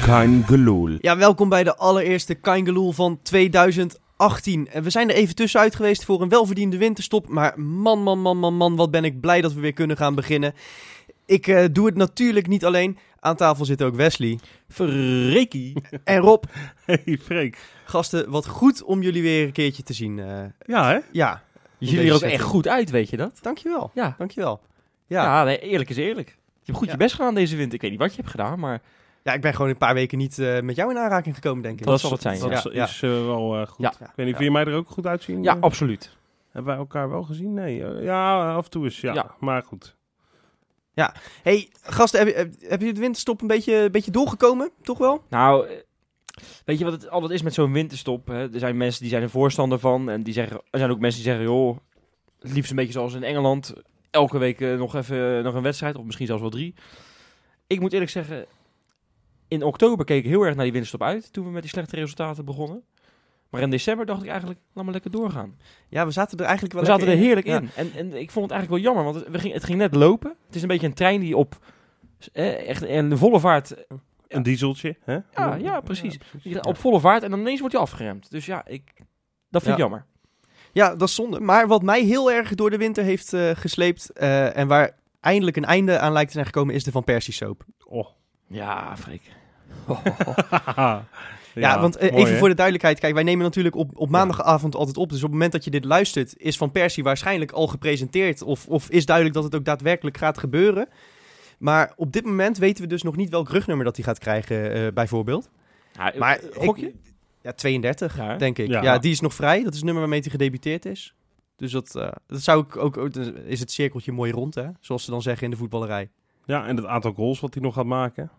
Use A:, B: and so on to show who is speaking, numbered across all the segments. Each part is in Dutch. A: Kein Geloel.
B: Ja, welkom bij de allereerste Kaingeloel van 2018. En we zijn er even tussenuit geweest voor een welverdiende winterstop. Maar man, man, man, man, man, wat ben ik blij dat we weer kunnen gaan beginnen. Ik eh, doe het natuurlijk niet alleen. Aan tafel zitten ook Wesley
C: Freekie.
B: en Rob.
C: Hey Freek.
B: Gasten, wat goed om jullie weer een keertje te zien. eh,
C: Ja hè?
B: ja,
C: Jullie er ook echt goed uit, weet je dat?
B: dankjewel.
C: Ja.
B: Dankjewel.
C: Ja,
B: Ja. Ja.
C: nee, eerlijk is eerlijk. Je hebt goed
B: Ja.
C: je best gedaan deze winter. Ik weet niet wat je hebt gedaan, maar
B: ja, ik ben gewoon een paar weken niet eh, met jou in aanraking gekomen, denk ik.
C: Dat zal het zijn,
B: Ja,
C: ja.
D: Dat
B: ja.
D: is eh, wel eh, goed.
C: Ja.
D: Ik weet niet, vind je mij er ook goed uitzien?
C: ja,
D: Eh,
C: absoluut.
D: Hebben wij elkaar wel gezien? Nee. eh, ja, af en toe is ja.
C: Ja.
D: Maar goed.
B: Hey, gasten, heb je, heb, heb je de winterstop een beetje, een beetje doorgekomen? Toch wel?
C: Nou, eh, weet je wat het altijd is met zo'n winterstop? Hè? Er zijn mensen die zijn er voorstander van en die zeggen, er zijn ook mensen die zeggen, joh, het liefst een beetje zoals in Engeland, elke week eh, nog even eh, nog een wedstrijd of misschien zelfs wel drie. Ik moet eerlijk zeggen, in oktober keek ik heel erg naar die winterstop uit toen we met die slechte resultaten begonnen. Maar in december dacht ik eigenlijk, laat maar lekker doorgaan.
B: Ja, we zaten er eigenlijk wel
C: We zaten er
B: lekker in.
C: heerlijk
B: Ja.
C: in. En, en ik vond het eigenlijk wel jammer, want het, we ging, het ging net lopen. Het is een beetje een trein die op eh, echt in volle vaart.
D: Een dieseltje. Hè?
C: Ja, ja, precies. Die gaat
D: Ah, Ja.
C: Op volle vaart en dan ineens wordt hij afgeremd. Dus ja, ik, dat vind
B: Ja.
C: ik jammer.
B: Ja, dat is zonde. Maar wat mij heel erg door de winter heeft eh, gesleept eh, en waar eindelijk een einde aan lijkt te zijn gekomen, is de Van Persie soap.
D: Oh.
C: Ja, Freek.
D: ja,
B: Ja, want eh,
D: mooi,
B: even
D: hè?
B: voor de duidelijkheid, kijk, wij nemen natuurlijk op, op maandagavond altijd op. Dus op het moment dat je dit luistert, is Van Persie waarschijnlijk al gepresenteerd of, of is duidelijk dat het ook daadwerkelijk gaat gebeuren. Maar op dit moment weten we dus nog niet welk rugnummer dat hij gaat krijgen, eh, bijvoorbeeld.
C: Ja,
B: Maar
C: eh, gokje?
B: ik- ja, 32,
C: Ja, hè?
B: denk ik. Ja.
D: Ja.
B: die is nog vrij. Dat is het nummer waarmee hij gedebuteerd is. Dus dat, eh, dat zou ik ook, ook- dan is het cirkeltje mooi rond, hè? Zoals ze dan zeggen in de voetballerij.
D: Ja, en het aantal goals wat hij nog gaat maken.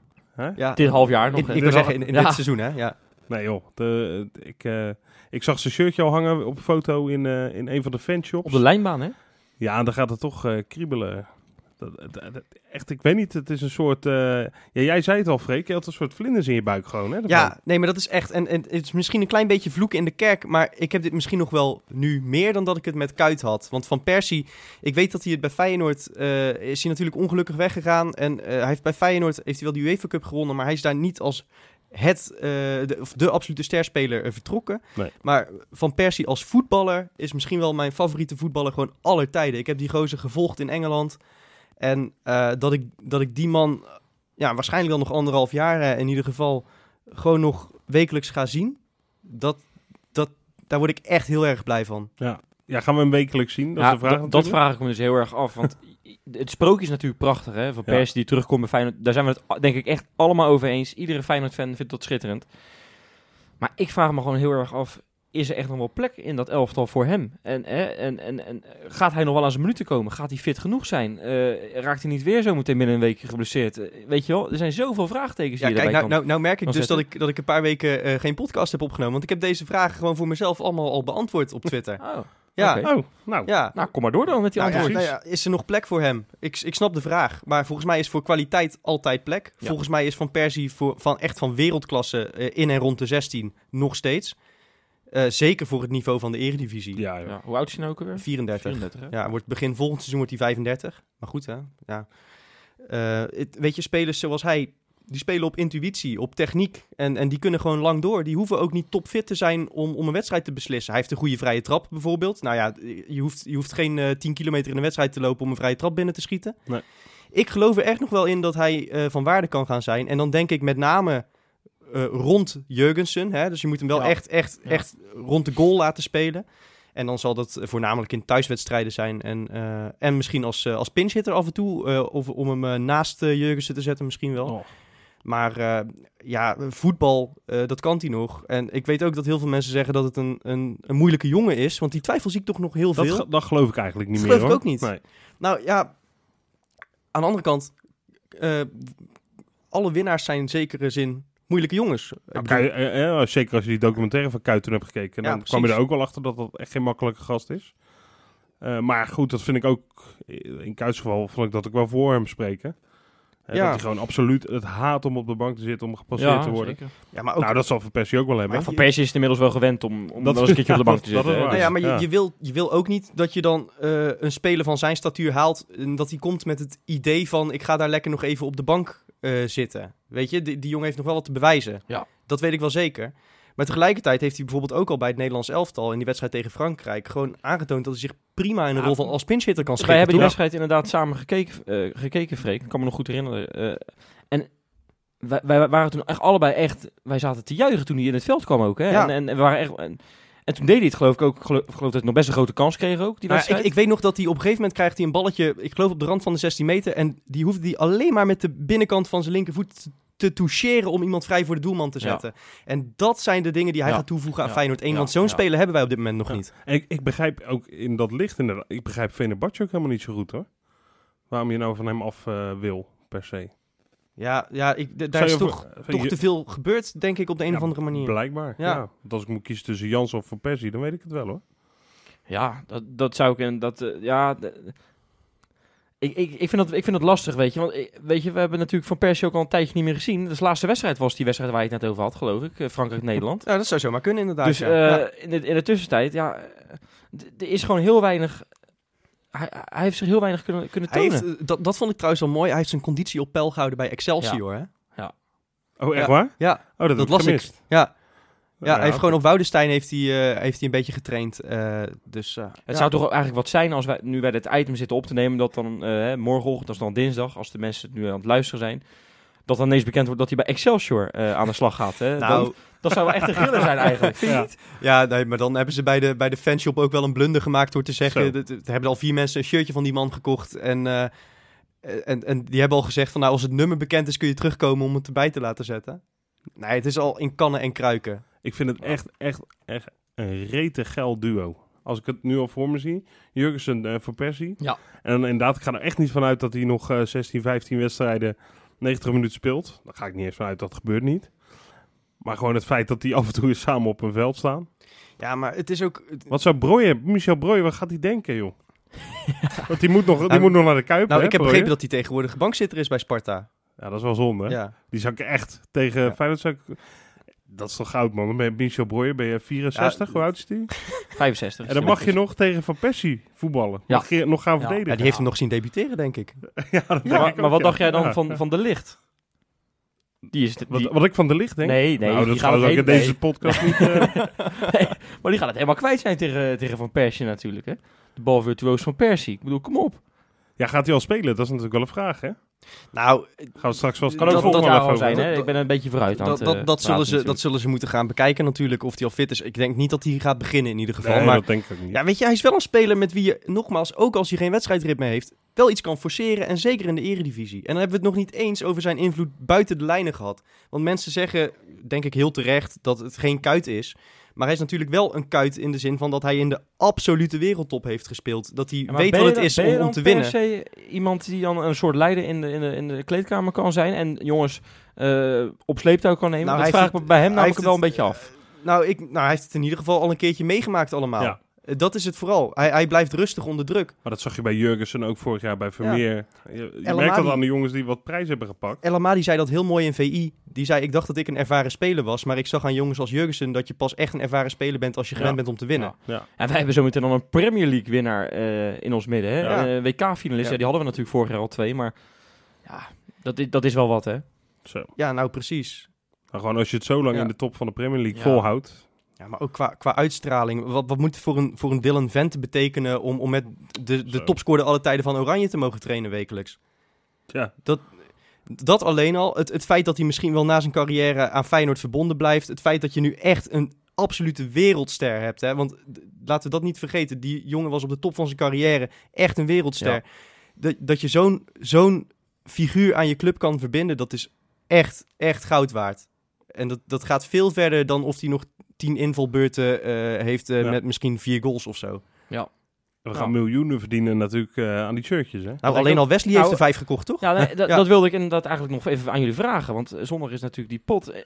B: Ja,
C: dit half jaar nog.
B: in-
C: hè?
B: ik wil
D: dit
B: zeggen in, in
C: Ja.
B: dit seizoen, hè? Ja.
D: Nee joh, de, ik, eh, ik zag zijn shirtje al hangen op een foto in, eh, in een van de fanshops.
C: Op de lijnbaan, hè?
D: Ja, en dan gaat het toch eh, kriebelen. Dat, dat- dat- echt, ik weet niet, het is een soort... eh, ja, jij zei het al, Freek, je had een soort vlinders in je buik gewoon, hè? daarvan.
B: ja, nee, maar dat is echt. En, en het is misschien een klein beetje vloeken in de kerk. Maar ik heb dit misschien nog wel nu meer dan dat ik het met Kuit had. Want van Persie, ik weet dat hij het bij Feyenoord. eh, is hij natuurlijk ongelukkig weggegaan. En eh, hij heeft bij Feyenoord heeft hij wel de UEFA Cup gewonnen. Maar hij is daar niet als het, eh, de, of de absolute sterspeler eh, vertrokken.
D: Nee.
B: Maar van Persie als voetballer is misschien wel mijn favoriete voetballer gewoon aller tijden. Ik heb die gozer gevolgd in Engeland. En eh, dat, ik, dat ik die man ja, waarschijnlijk wel nog anderhalf jaar eh, in ieder geval gewoon nog wekelijks ga zien. Dat, dat, daar word ik echt heel erg blij van.
D: Ja, gaan we hem wekelijks zien? Dat
C: Ja,
D: is de vraag
C: dat, dat
D: natuurlijk.
C: vraag ik me dus heel erg af. Want het sprookje is natuurlijk prachtig, hè? Van
D: Ja.
C: Persie die terugkomt bij Feyenoord. Daar zijn we het a- denk ik echt allemaal over eens. Iedere Feyenoord-fan vindt dat schitterend. Maar ik vraag me gewoon heel erg af... Is er echt nog wel plek in dat elftal voor hem? En, hè, en, en, en eh, gaat hij nog wel aan zijn minuten komen? Gaat hij fit genoeg zijn? Eh, raakt hij niet weer zo meteen binnen een week geblesseerd? Eh, weet je wel, er zijn zoveel vraagtekens
B: Ja,
C: die je
B: kijk,
C: daarbij
B: nou,
C: kan-
B: nou, nou merk ik
C: kan
B: dus dat
C: zetten.
B: ik, dat ik een paar weken eh, geen podcast heb opgenomen. Want ik heb deze vragen gewoon voor mezelf allemaal al beantwoord op Twitter.
C: Oh,
B: Ja,
C: Oké.
D: Oh, nou.
B: ja.
C: nou, kom maar door dan met die
B: Nou ja,
C: antwoorden.
B: nou ja, is er nog plek voor hem? Ik, ik snap de vraag. Maar volgens mij is voor kwaliteit altijd plek.
C: Ja.
B: Volgens mij is Van Persie voor, van echt van wereldklasse eh, in en rond de 16 nog steeds. Eh, zeker voor het niveau van de eredivisie.
D: Ja, joh.
C: Ja, hoe oud is hij nou ook alweer?
B: 34.
C: 34, hè?
B: Ja, wordt begin volgend seizoen wordt hij 35. Maar goed, hè? Ja. Eh, het- weet je, spelers zoals hij, die spelen op intuïtie, op techniek. En, en die kunnen gewoon lang door. Die hoeven ook niet topfit te zijn om, om een wedstrijd te beslissen. Hij heeft een goede vrije trap bijvoorbeeld. Nou ja, je hoeft, je hoeft geen eh 10 kilometer in een wedstrijd te lopen om een vrije trap binnen te schieten.
D: Nee.
B: Ik geloof er echt nog wel in dat hij eh, van waarde kan gaan zijn. En dan denk ik met name eh, rond Jurgensen. Hè? Dus je moet hem wel
C: Ja.
B: echt, echt,
C: Ja.
B: echt rond de goal laten spelen. En dan zal dat eh, voornamelijk in thuiswedstrijden zijn. En, eh, en misschien als, eh als pinchhitter af en toe. eh, of om hem eh, naast eh, Jurgensen te zetten misschien wel.
D: Oh.
B: Maar eh, ja, voetbal, eh, dat kan hij nog. En ik weet ook dat heel veel mensen zeggen dat het een, een, een moeilijke jongen is. Want die twijfel zie ik toch nog heel
D: Dat,
B: veel.
D: ge- dat geloof ik eigenlijk niet
B: Dat
D: meer,
B: geloof ik
D: hoor.
B: ook niet.
D: Nee.
B: Nou ja, aan de andere kant. eh, alle winnaars zijn in zekere zin moeilijke jongens. Ik
D: Nou,
B: bedoel-
D: Kui- eh, eh, zeker als je die documentaire van Kuiten hebt gekeken,
B: Ja,
D: dan
B: precies.
D: kwam je er ook wel achter dat dat echt geen makkelijke gast is. Eh, maar goed, dat vind ik ook, eh, in Kuits geval vond ik dat ik wel voor hem spreken. Eh,
B: Ja.
D: Dat hij gewoon absoluut het haat om op de bank te zitten, om gepasseerd te worden.
C: zeker.
B: ja, maar ook
D: Nou, dat zal Van Persie ook wel hebben.
B: Maar
C: Van Persie is het inmiddels wel gewend om, om wel eens een keertje op de bank te
D: dat
C: zitten. Dus
D: is
C: hè?
D: waar.
B: Nou ja, maar je,
D: Ja.
B: je, wil, je wil ook niet dat je dan eh, een speler van zijn statuur haalt. En dat hij komt met het idee van: ik ga daar lekker nog even op de bank eh, zitten. Weet je, die, die jongen heeft nog wel wat te bewijzen.
C: Ja.
B: Dat weet ik wel zeker. Maar tegelijkertijd heeft hij bijvoorbeeld ook al bij het Nederlands elftal in die wedstrijd tegen Frankrijk gewoon aangetoond dat hij zich prima in de
C: Ja,
B: rol van als pinchhitter kan
C: Wij
B: schikken.
C: hebben die
B: toch?
C: wedstrijd inderdaad samen gekeken, eh, gekeken Freek. Ik kan me nog goed herinneren. eh, en wij, wij waren toen echt allebei echt... Wij zaten te juichen toen hij in het veld kwam ook. Hè?
B: Ja.
C: En, en, en we waren echt... En, en toen deed hij het geloof ik ook. Ik geloof, ik geloof dat hij nog best een grote kans kreeg ook,
D: Nou
C: die
B: Maar
C: wedstrijd.
B: ik, ik weet nog dat hij op een gegeven moment krijgt hij een balletje, ik geloof op de rand van de 16 meter. En die hoeft hij alleen maar met de binnenkant van zijn linkervoet te toucheren om iemand vrij voor de doelman te
C: Ja.
B: zetten. En dat zijn de dingen die hij
C: Ja.
B: gaat toevoegen aan
C: Ja.
B: Feyenoord 1.
C: Ja.
B: Want zo'n
C: Ja.
B: speler hebben wij op dit moment nog
D: Ja.
B: niet.
D: En ik, ik begrijp ook in dat licht inderdaad. Ik begrijp Fenerbahce ook helemaal niet zo goed hoor. Waarom je nou van hem af eh, wil, per se.
B: Ja, ja ik, d- daar
D: Zou
B: is
D: je
B: toch,
D: voor-
B: toch
D: je-
B: te veel gebeurd, denk ik, op de een
D: Ja,
B: of andere manier.
D: Blijkbaar,
B: Ja.
D: ja. Want als ik moet kiezen tussen Jans of Van Persie, dan weet ik het wel hoor.
C: Ja, dat, dat zou ik in dat eh, ja. d- ik, ik, ik, vind dat, ik vind dat lastig, weet je. Want ik- weet je, we hebben natuurlijk van Persie ook al een tijdje niet meer gezien. Dus de laatste wedstrijd was die wedstrijd waar je het net over had, geloof ik. eh, Frankrijk-Nederland.
B: Ja, dat zou zomaar kunnen inderdaad.
C: Dus
B: ja.
C: eh,
B: Ja.
C: in, de, in de tussentijd, ja, eh, d- er is gewoon heel weinig... Hij, hij heeft zich heel weinig kunnen, kunnen
B: Hij
C: tonen.
B: heeft, eh, dat, dat vond ik trouwens wel mooi. Hij heeft zijn conditie op peil gehouden bij Excelsior. Hè?
D: Oh, echt
B: Ja.
D: waar?
B: Ja,
D: Oh, dat,
B: dat
D: heb ik
B: las ik.
D: gemist.
B: Ja, ja,
D: Nou
B: hij heeft
D: oké.
B: gewoon op Woudestein heeft hij, eh, heeft hij een beetje getraind. eh, dus, eh,
C: Het
B: ja.
C: zou toch eigenlijk wat zijn als wij nu wij dit item zitten op te nemen, dat dan eh, hè, morgenochtend, dat is dan dinsdag, als de mensen het nu aan het luisteren zijn, dat dan ineens bekend wordt dat hij bij Excelsior eh, aan de slag gaat. Hè?
B: Nou,
C: Dan- dat zou wel echt een griller zijn eigenlijk.
D: Ja.
B: Ja, nee, maar dan hebben ze bij de, bij de fanshop ook wel een blunder gemaakt door te
D: Zo.
B: zeggen... dat- Er hebben al vier mensen een shirtje van die man gekocht. En, eh, en, en die hebben al gezegd van, nou, als het nummer bekend is... kun je terugkomen om het erbij te laten zetten. Nee, het is al in kannen en kruiken.
D: Ik vind het echt, echt, echt een rete geil duo. Als ik het nu al voor me zie. Jurgensen eh van Persie.
C: Ja.
D: En dan inderdaad, ik ga er echt niet vanuit dat hij nog eh, 16, 15 wedstrijden 90 minuten speelt. Daar ga ik niet eens vanuit, dat gebeurt niet. Maar gewoon het feit dat die af en toe eens samen op een veld staan.
B: Ja, maar het is ook... het-
D: Wat zou Brooijen, Michel Brooijen, wat gaat hij denken, joh? Want die moet nog, die
B: Nou,
D: moet nog naar de Kuip,
B: Nou,
D: hè,
B: ik
D: Brooijen?
B: heb begrepen dat hij tegenwoordig bankzitter is bij Sparta.
D: Ja, dat is wel zonde. hè?
B: Ja.
D: Die zou ik echt tegen
B: Ja.
D: Feyenoord... Zou ik... Dat is toch goud, man. Dan ben je Michel Brooijen, ben je 64,
B: Ja,
D: hoe oud is die?
C: 65.
D: En dan mag je nog tegen Van Persie voetballen.
C: Ja.
D: Mag je nog gaan
C: Ja.
B: ja,
D: verdedigen.
B: die heeft hem nog zien debuteren, denk ik.
D: Ja, dat denk
C: Ja, maar,
D: ik
C: maar
D: ook,
C: wat
D: ja.
C: dacht jij dan
D: Ja.
C: van, van de licht? Die is... Die,
D: Wat, wat ik van de licht denk?
C: nee, nee.
D: nou,
C: die
D: dat
C: gaat
D: gaat
C: het
D: ook in
C: hele-
D: deze podcast niet... eh,
C: nee, maar die gaat het helemaal kwijt zijn tegen, tegen Van Persie natuurlijk, hè. De balvirtuoos van Persie. Ik bedoel, kom op.
D: ja, gaat hij al spelen? Dat is natuurlijk wel een vraag, hè?
B: Nou,
D: Gaan we straks wel eens
B: Kan ook
D: dat-
B: volgend
D: dat-
B: jaar
D: wel
C: al
D: even
C: zijn,
D: over-
B: hè?
C: hè. Ik ben een beetje vooruit aan
B: dat,
C: het, eh,
B: dat, dat, zullen
C: praten
B: ze, dat
C: natuurlijk.
B: zullen ze moeten gaan bekijken natuurlijk, of hij al fit is. Ik denk niet dat hij gaat beginnen in ieder geval.
D: Nee,
B: maar
D: dat denk ik ook niet.
B: Ja, weet je, hij is wel een speler met wie je, nogmaals, ook als hij geen wedstrijdritme heeft, wel iets kan forceren. En zeker in de eredivisie. En dan hebben we het nog niet eens over zijn invloed buiten de lijnen gehad. Want mensen zeggen, denk ik heel terecht, dat het geen kuit is. Maar hij is natuurlijk wel een kuit in de zin van dat hij in de absolute wereldtop heeft gespeeld. Dat hij
C: Ja, maar
B: weet
C: ben
B: wat
C: je
B: het is
C: dan- ben je
B: om,
C: dan
B: om te
C: per
B: winnen.
C: se iemand die dan een soort leider in de, in de, in de kleedkamer kan zijn en jongens eh, op sleeptouw kan nemen.
B: Nou,
C: dat
B: hij
C: vraag ik
B: heeft
C: me bij hem
B: hij
C: namelijk
B: heeft
C: wel een
B: het-
C: beetje af.
B: Nou, ik, nou, hij heeft het in ieder geval al een keertje meegemaakt allemaal.
D: Ja.
B: Eh, Dat is het vooral. Hij, hij blijft rustig onder druk.
D: Maar dat zag je bij Jurgensen ook vorig jaar bij Vermeer. Je, je merkt dat
B: Elhamadi.
D: aan de jongens die wat prijs hebben gepakt.
B: El Amadi zei dat heel mooi in VI. Die zei, ik dacht dat ik een ervaren speler was. Maar ik zag aan jongens als Jurgensen dat je pas echt een ervaren speler bent als je gewend
D: Ja.
B: bent om te winnen.
C: Ja.
D: Ja.
C: En wij hebben zometeen dan een Premier League winnaar eh, in ons midden. hè.
B: Ja.
C: Eh, WK-finalist,
B: Ja.
C: ja. die hadden we natuurlijk vorig jaar al twee, maar ja, dat, i- dat is wel wat hè.
D: Zo.
B: Ja, nou precies.
D: Maar gewoon als je het zo lang
B: Ja.
D: in de top van de Premier League
C: Ja.
D: volhoudt.
B: Ja, maar ook qua, qua uitstraling. Wat, wat moet het voor een, voor een Dylan Vente betekenen om, om met de, de
D: Zo.
B: topscorer alle tijden van Oranje te mogen trainen wekelijks?
D: Ja.
B: Dat alleen al. Het, het feit dat hij misschien wel na zijn carrière aan Feyenoord verbonden blijft. Het feit dat je nu echt een absolute wereldster hebt. Hè? Want d- laten we dat niet vergeten. Die jongen was op de top van zijn carrière echt een wereldster.
C: Ja.
B: Dat, dat je zo'n zo'n figuur aan je club kan verbinden, dat is echt, echt goud waard. En dat, dat gaat veel verder dan of hij nog tien invalbeurten eh, heeft eh,
D: Ja.
B: met misschien vier goals of zo. Nou,
D: We
C: Ja.
D: gaan miljoenen verdienen natuurlijk eh, aan die shirtjes, hè?
C: denk ik
B: alleen
C: ook.
B: al Wesley
C: Nou,
B: heeft er vijf gekocht, toch?
C: Ja, nee, dat-
B: Ja.
C: dat wilde ik inderdaad eigenlijk nog even aan jullie vragen, want eh, zondag is natuurlijk die pot. Eh,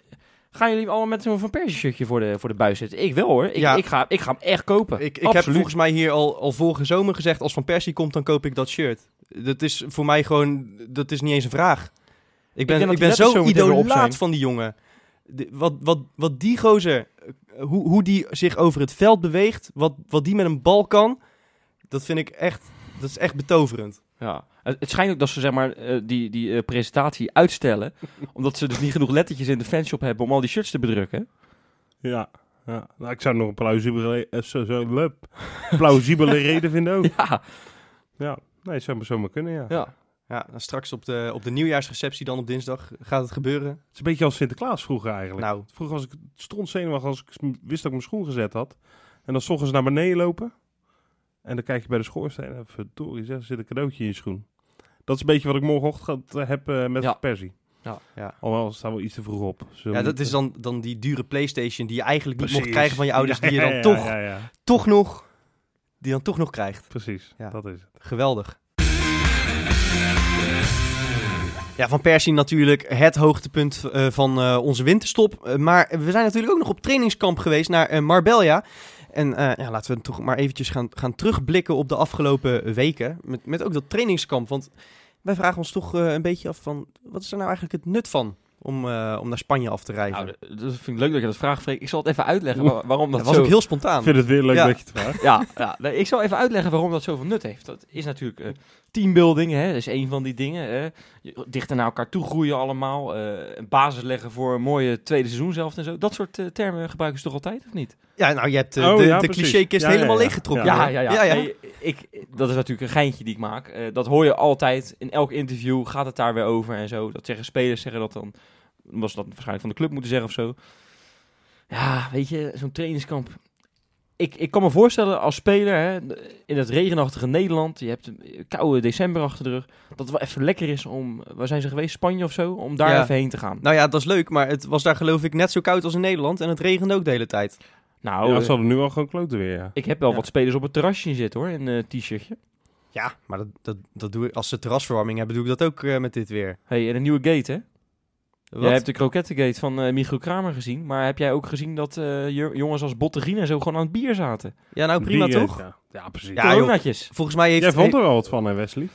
C: Gaan jullie allemaal met zo'n Van Persie shirtje voor de, voor de buis zitten? Ik wel hoor. Ik,
B: Ja.
C: ik, ga, ik ga hem echt kopen.
B: Ik, ik
C: Absoluut.
B: heb volgens mij hier al, al vorige zomer gezegd: als Van Persie komt, dan koop ik dat shirt. Dat is voor mij gewoon, dat is niet eens een vraag. Ik ben, ik
C: denk dat die
B: ben
C: letters
B: zo
C: zo meteen weer op zijn.
B: idolaat van die jongen. De- wat, wat, wat die gozer, eh, hoe, hoe die zich over het veld beweegt, wat, wat die met een bal kan, dat vind ik echt, dat is echt betoverend.
C: Ja. Het, het schijnt ook dat ze zeg maar, eh, die, die eh, presentatie uitstellen. omdat ze dus niet genoeg lettertjes in de fanshop hebben om al die shirts te bedrukken.
D: Ja. ja. Nou, ik zou nog een plausibele, eh, zo, zo, lup. plausibele reden vinden ook.
C: Ja,
D: Ja. Nee, zou maar zomaar kunnen, ja.
C: ja.
B: Ja, dan straks op de, op de nieuwjaarsreceptie dan op dinsdag gaat het gebeuren.
D: Het is een beetje als Sinterklaas vroeger eigenlijk.
B: Nou,
D: Vroeger was ik stond zenuwachtig als ik sm- wist dat ik mijn schoen gezet had. En dan 's ochtends naar beneden lopen. En dan kijk je bij de schoorsteen. En verdorie, zeg, er zit een cadeautje in je schoen. Dat is een beetje wat ik morgenochtend eh, heb eh, met
C: Ja.
D: Persie.
C: Ja.
B: Ja.
D: Alhoewel, staan we iets te vroeg op. Zullen we
B: ja, dat
D: niet- eh,
B: is dan, dan die dure PlayStation die je eigenlijk niet mocht
D: Precies.
B: krijgen van je ouders, die je dan
D: Ja, ja,
B: toch,
D: Ja, ja.
B: toch nog, die je dan toch nog krijgt.
D: precies.
B: Ja.
D: Dat is het.
B: Geweldig. Ja, van Persie natuurlijk het hoogtepunt eh, van eh, onze winterstop. Eh, maar we zijn natuurlijk ook nog op trainingskamp geweest naar eh, Marbella. En eh, ja, laten we toch maar eventjes gaan, gaan terugblikken op de afgelopen weken. Met, met ook dat trainingskamp. Want wij vragen ons toch eh, een beetje af van... Wat is er nou eigenlijk het nut van om, eh, om naar Spanje af te reizen?
C: Nou, dat dat vind ik leuk dat je dat vraagt, Freek. Ik zal het even uitleggen wa- waarom dat
B: dat was
C: zo...
B: ook heel spontaan.
D: Ik vind het weer leuk
B: Ja.
D: dat je het vraagt.
C: Ja, ja nee, ik zal even uitleggen waarom dat zoveel nut heeft. Dat is natuurlijk eh, teambuilding, hè, dat is een van die dingen. Hè. Je- Dichter naar elkaar toe groeien allemaal. eh, een basis leggen voor een mooie tweede seizoen zelf en zo. Dat soort eh, termen gebruiken ze toch altijd, of niet?
B: Ja, nou, je hebt eh,
D: Oh,
B: de,
D: ja,
B: de
D: precies.
B: cliché-kist
D: Ja, ja,
B: helemaal
D: ja.
B: leeggetrokken.
D: Ja,
B: hoor.
C: Nee, ik, dat is natuurlijk een geintje die ik maak. Eh, dat hoor je altijd. In elk interview gaat het daar weer over en zo. Dat zeggen spelers, zeggen dat dan. Was dat waarschijnlijk van de club moeten zeggen of zo. Ja, weet je, zo'n trainingskamp. Ik, ik kan me voorstellen als speler hè, in het regenachtige Nederland. Je hebt een koude december achter de rug. Dat het wel even lekker is om. Waar zijn ze geweest? Spanje of zo? Om daar
B: Ja.
C: even heen te gaan.
B: Nou ja, dat is leuk, maar het was daar geloof ik net zo koud als in Nederland en het regende ook de hele tijd.
C: Nou,
D: Ja,
C: eh,
D: ze hadden nu al gewoon kloten weer, ja.
C: ik heb wel
B: Ja.
C: wat spelers op het terrasje zitten hoor. In een t-shirtje.
B: Ja, maar dat, dat, dat doe ik, als ze terrasverwarming hebben, doe ik dat ook eh, met dit weer.
C: hey, en een nieuwe gate hè?
B: Wat?
C: Jij hebt de krokettengate van eh Michiel Kramer gezien, maar heb jij ook gezien dat eh, jo- jongens als Botterina zo gewoon aan het bier zaten?
B: Ja, nou prima
D: Die, eh,
B: toch?
D: Ja, Ja, precies.
B: Ja, joh.
C: Coronatjes.
B: Volgens mij heeft...
D: Jij vond er al wat van, hè, Wesley?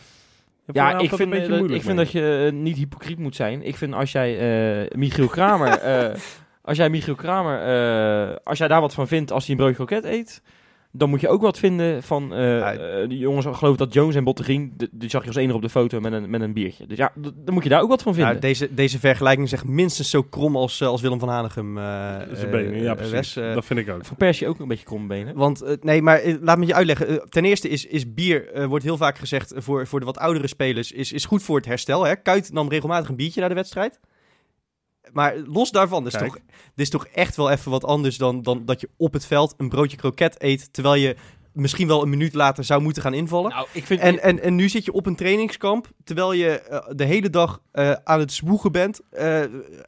D: Jij
C: Ja,
D: vond- had
C: ik
D: dat
C: vind, eh, dat, ik vind
D: mee.
C: dat je eh, niet hypocriet moet zijn. Ik vind als jij eh Michiel Kramer, eh, als jij Michiel Kramer, eh, als jij daar wat van vindt als hij een broodje kroket eet, dan moet je ook wat vinden van eh
B: Ja.
C: eh, die jongens. Ik geloof dat Jones en Botterien, d- die zag je als enige op de foto met een, met een biertje. Dus ja, d- dan moet je daar ook wat van
B: Nou,
C: vinden.
B: deze, deze vergelijking is echt minstens zo krom als, eh, als Willem van Hanegem. eh,
D: Zijn
B: eh,
D: benen, ja,
B: eh,
D: precies.
B: Wes, eh,
D: dat vind ik ook.
C: Van Persie ook een beetje kromme benen.
B: Want, eh, nee, maar eh, laat me je uitleggen. Eh, ten eerste is, is bier, eh, wordt heel vaak gezegd, eh, voor, voor de wat oudere spelers, is, is goed voor het herstel. Hè? Kuit nam regelmatig een biertje na de wedstrijd. Maar los daarvan, dit is,
D: Kijk.
B: toch, dit is toch echt wel even wat anders dan, dan dat je op het veld een broodje kroket eet, terwijl je misschien wel een minuut later zou moeten gaan invallen.
C: Nou, ik vind,
B: En, en, en nu zit je op een trainingskamp, terwijl je eh, de hele dag eh, aan het zwoegen bent. Eh,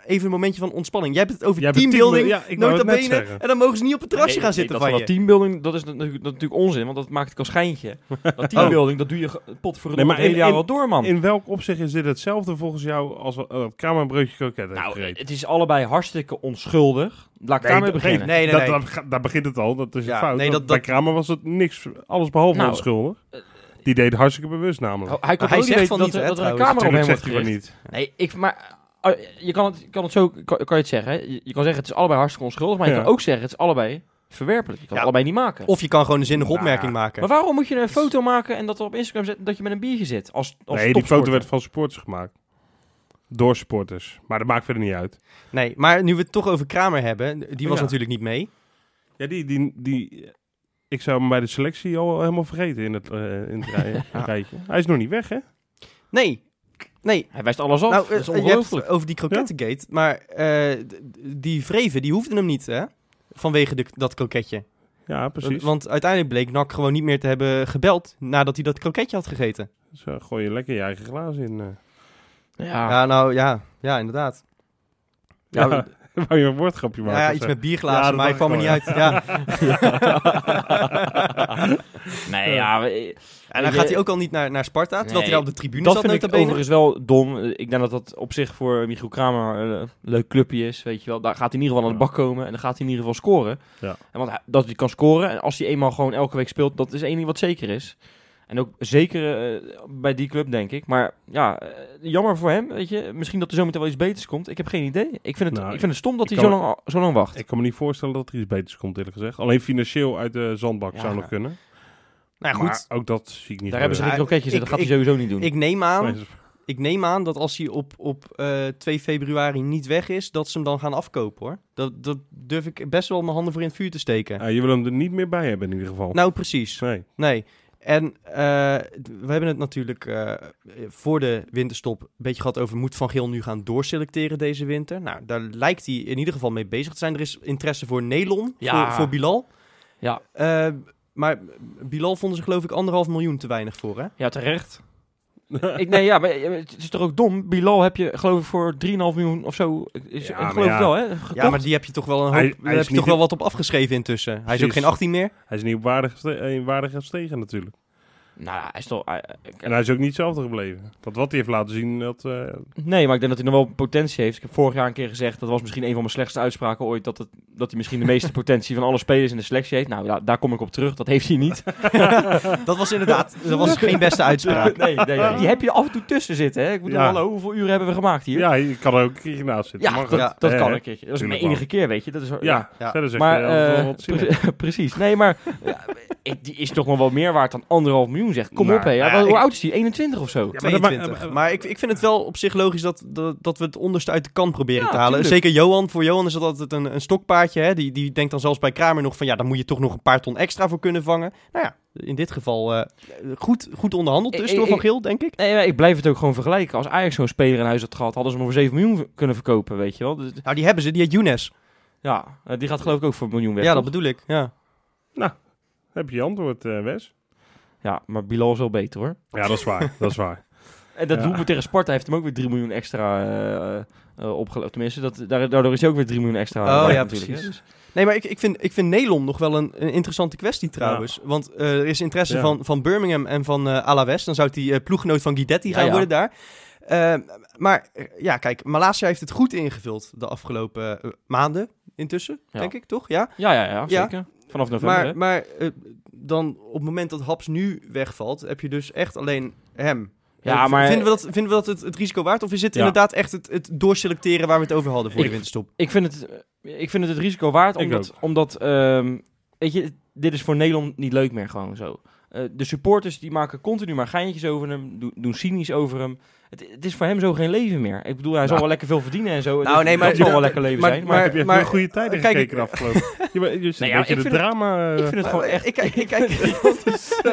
B: even een momentje van ontspanning. Jij hebt het over
D: Jij hebt het
B: teambuilding,
D: team- ja, ik wou
B: nota
D: het net
B: bene,
D: zeggen.
B: En dan mogen ze niet op het terrasje
C: Nee,
B: gaan
C: nee,
B: zitten
C: dat
B: van je.
C: Dat teambuilding, dat is natuurlijk, dat is natuurlijk onzin, want dat maakt ik als schijntje.
B: Oh.
C: Dat teambuilding, dat doe je ge- pot voor
D: Nee, maar
C: het hele
D: in-
C: jaar
D: in-
C: wel door, man.
D: In welk opzicht is dit hetzelfde volgens jou als eh, dat Kramer een broodje kroket heeft
C: nou,
D: gegeten?
C: het is allebei hartstikke onschuldig. Laat ik
D: Nee,
C: daarmee
D: dat-
C: beginnen.
B: Nee, nee,
D: dat,
B: nee.
D: dat ga- daar begint het al, dat is
B: Ja,
D: een fout.
B: nee, dat-
D: Want Bij
B: dat-
D: Kramer was het niks, alles behalve
C: Nou,
D: onschuldig.
C: eh, Oh,
D: Die deed hartstikke bewust namelijk.
C: Hij
B: Maar
C: kan
B: hij
C: ook niet
B: zegt
C: weten
B: van
C: dat,
B: niet,
C: er-
B: hè,
C: dat er een
B: trouwens.
C: camera op hem
D: Natuurlijk
C: wordt
D: zegt hij
C: gericht.
D: van niet.
C: Nee, ik, maar eh, je kan het, je kan het zo, kan, kan je het zeggen. hè. Je, je kan zeggen het is allebei hartstikke onschuldig, maar je
D: Ja.
C: kan ook zeggen het is allebei verwerpelijk. Je kan
B: Ja.
C: het allebei niet maken.
B: Of je kan gewoon een zinnige
D: Nou,
B: opmerking maken.
C: maar waarom moet je een foto maken en dat er op Instagram zetten dat je met een biertje zit? Als,
D: Nee,
C: als
D: die foto
C: topsporter?
D: werd van supporters gemaakt. Door supporters. Maar dat maakt verder niet uit.
B: Nee, maar nu we het toch over Kramer hebben, die was
D: Ja.
B: natuurlijk niet mee.
D: Ja, die, die, die, ik zou hem bij de selectie al helemaal vergeten in het, eh, in het rij- rijtje. Hij is nog niet weg, hè?
B: Nee, nee.
C: Hij wijst alles af.
B: nou,
C: dat is
B: eh, je hebt
C: ongelooflijk.
B: het over die krokettengate, maar eh, d- d- die vreven, die hoefden hem niet, hè? Vanwege de, dat kroketje.
D: Ja, precies.
B: Want uiteindelijk bleek Nak gewoon niet meer te hebben gebeld nadat hij dat kroketje had gegeten.
D: Zo, gooi je lekker je eigen glaas in. eh. Ah.
C: Ja.
B: Ja, nou ja, ja inderdaad.
D: Ja,
B: Ja,
D: wou je een woordgrapje
B: Nou
D: maken?
B: ja,
D: of
B: iets
D: zo?
B: met bierglazen,
D: Ja, dat
B: maar ik
D: dacht
B: kwam er
D: ik
B: niet
D: al,
B: uit. Ja.
C: nee, ja. we-
B: En dan gaat hij ook al niet naar, naar Sparta, terwijl
C: Nee,
B: hij daar op de tribune
C: dat
B: zat.
C: vind ik
B: notabene.
C: overigens wel dom. Eh, Ik denk dat dat op zich voor Michiel Kramer eh, een leuk clubje is, weet je wel. Daar gaat hij in ieder geval aan de
D: Ja.
C: bak komen en dan gaat hij in ieder geval scoren.
D: Ja.
C: En want hij- dat hij kan scoren en als hij eenmaal gewoon elke week speelt, dat is één ding wat zeker is. En ook zeker eh, bij die club, denk ik. Maar ja, eh, jammer voor hem, weet je. Misschien dat er zometeen wel iets beters komt. Ik heb geen idee. Ik vind het,
D: Nou,
C: ik vind het stom dat
D: ik
C: hij zo
D: kan-
C: lang, al- zo lang wacht.
D: Ik kan me niet voorstellen dat er iets beters komt, eerlijk gezegd. Alleen financieel uit de zandbak
C: Ja.
D: zou nog kunnen.
B: Nou ja, goed,
D: Maar ook dat zie ik niet
C: Daar hebben ze
B: Ja,
C: geen kroketjes in,
B: ik-
C: dat gaat
B: ik-
C: hij sowieso niet doen.
B: ik neem aan...
D: gebeuren. Nee,
B: Ik neem aan dat als hij op, op eh, 2 februari niet weg is, dat ze hem dan gaan afkopen hoor. Dat, dat durf ik best wel mijn handen voor in het vuur te steken.
D: ah, je wil hem er niet meer bij hebben in ieder geval.
B: Nou, precies.
D: nee.
B: Nee. En eh, d- we hebben het natuurlijk eh, voor de winterstop een beetje gehad over moet Van Geel nu gaan doorselecteren deze winter. Nou, daar lijkt hij in ieder geval mee bezig te zijn. Er is interesse voor Nelon,
C: Ja.
B: voor, voor Bilal.
C: Ja.
B: Eh, maar Bilal vonden ze geloof ik anderhalf miljoen te weinig voor hè?
C: Ja, terecht. ik, nee, ja, maar eh, het is toch ook dom? Bilal heb je geloof ik voor 3,5 miljoen of zo, is,
D: Ja,
C: ik
D: maar
C: geloof
D: ja.
C: het wel, hè? Gekocht.
B: Ja, maar die heb je toch wel, een hoop,
D: Hij- hij
B: daar
D: is
B: heb je
D: niet-
B: toch wel wat op afgeschreven intussen. Hij is ook
D: Precies.
B: geen 18 meer.
D: Hij is niet op waarde geste- eh, in waarde gestegen natuurlijk.
C: Nou, ja, hij is toch... hij- hij-
D: En hij is ook niet hetzelfde gebleven. Want wat hij heeft laten zien, dat... eh,
C: Nee, maar ik denk dat hij nog wel potentie heeft. Ik heb vorig jaar een keer gezegd, dat was misschien een van mijn slechtste uitspraken ooit, dat, het, dat hij misschien de meeste potentie van alle spelers in de selectie heeft. Nou, ja, daar kom ik op terug, dat heeft hij niet.
B: Dat was inderdaad dat was geen beste uitspraak.
C: nee, nee, nee. Die heb je er af en toe tussen zitten, hè? Ik bedoel,
D: Ja.
C: hallo, hoeveel uren hebben we gemaakt hier?
D: ja, je kan er ook een keer naast zitten.
C: Ja,
D: Mag
C: dat,
D: het.
C: dat
D: Eh,
C: kan
D: hè?
C: een keertje. Dat is mijn
D: Tuurlijk
C: enige keer, weet je. Dat is,
D: Ja,
B: Ja.
D: verder zeg
C: maar,
D: je altijd wel
C: eh,
D: wat zin in.
C: pre- precies. Nee, maar ja, ik- die is toch nog wel meer waard dan anderhalf miljoen, zeg. Kom
D: Nou,
C: op, hè. Ja,
D: ja,
C: wel- hoe
D: ik-
C: oud is die? 21 of zo?
D: Ja, maar dat ma-
B: 22. Maar ik, ik vind het wel op zich logisch dat, dat, dat we het onderste uit de kan proberen
C: Ja,
B: te halen.
C: tuurlijk.
B: Zeker Johan. Voor Johan is dat altijd een, een stokpaardje. Hè? Die, die denkt dan zelfs bij Kramer nog van ja, daar moet je toch nog een paar ton extra voor kunnen vangen. Nou ja, in dit geval eh, goed, goed onderhandeld
C: Ik-
B: dus
C: ik-
B: door Van
C: ik-
B: Geel, denk ik.
C: Nee, maar ik blijf het ook gewoon vergelijken. Als Ajax zo'n speler in huis had gehad, hadden ze hem voor 7 miljoen v- kunnen verkopen, weet je wel. Dus,
B: Nou, die hebben ze. Die had Younes.
C: ja, eh, die gaat geloof ik ook voor een miljoen weg.
B: Ja,
C: toch?
B: dat bedoel ik. Ja.
D: Heb je je antwoord, eh, Wes?
C: ja maar Bilal is wel beter, hoor.
D: Ja, dat is waar. dat is waar.
C: En dat
D: Ja.
C: doelpunt tegen Sparta heeft hem ook weer 3 miljoen extra eh eh, opgeleverd. Tenminste, dat, daar- daardoor is hij ook weer 3 miljoen extra.
B: Oh,
C: waard
B: ja,
C: natuurlijk,
B: precies.
C: hè. Dus-
B: Nee, maar ik, ik, vind, ik vind Nelom nog wel een, een interessante kwestie trouwens. Want eh, er is interesse
D: Ja.
B: van, van Birmingham en van eh Alaves. Dan zou die eh, ploeggenoot van Guidetti
C: Ja,
B: gaan
C: ja.
B: worden daar. Eh, maar eh, ja, kijk, Malasia heeft het goed ingevuld de afgelopen eh, maanden intussen,
C: Ja.
B: denk ik, toch? Ja,
C: Ja, ja, ja,
B: Ja.
C: zeker. Vanaf november, hè.
B: maar, maar eh, dan op het moment dat Haps nu wegvalt, heb je dus echt alleen hem.
C: Ja,
B: Eh, v-
C: maar-
B: Vinden we dat, vinden we dat het, het risico waard? Of is het
D: Ja.
B: inderdaad echt het, het doorselecteren waar we het over hadden voor
C: Ik-
B: de winterstop?
C: Ik vind het, eh, ik vind het, het risico waard,
D: Ik
C: omdat, omdat ehm, weet je, dit is voor Nederland niet leuk meer gewoon zo. Eh, de supporters die maken continu maar geintjes over hem, do- doen cynisch over hem. Het, het is voor hem zo geen leven meer. Ik bedoel, hij zal
D: Nou.
C: wel lekker veel verdienen en zo.
B: Nou, nee, maar-
C: dat zal wel
B: maar-
C: lekker leven
B: maar-
C: zijn. Maar,
D: Maar, heb je echt
B: maar-
D: wel goede tijden
B: kijk,
D: gekeken de afgelopen? je, bent- je zit
C: Nou ja,
D: een beetje de
C: ik vind het-
D: drama... eh,
C: ik vind het gewoon echt.
B: Ik kijk, ik kijk.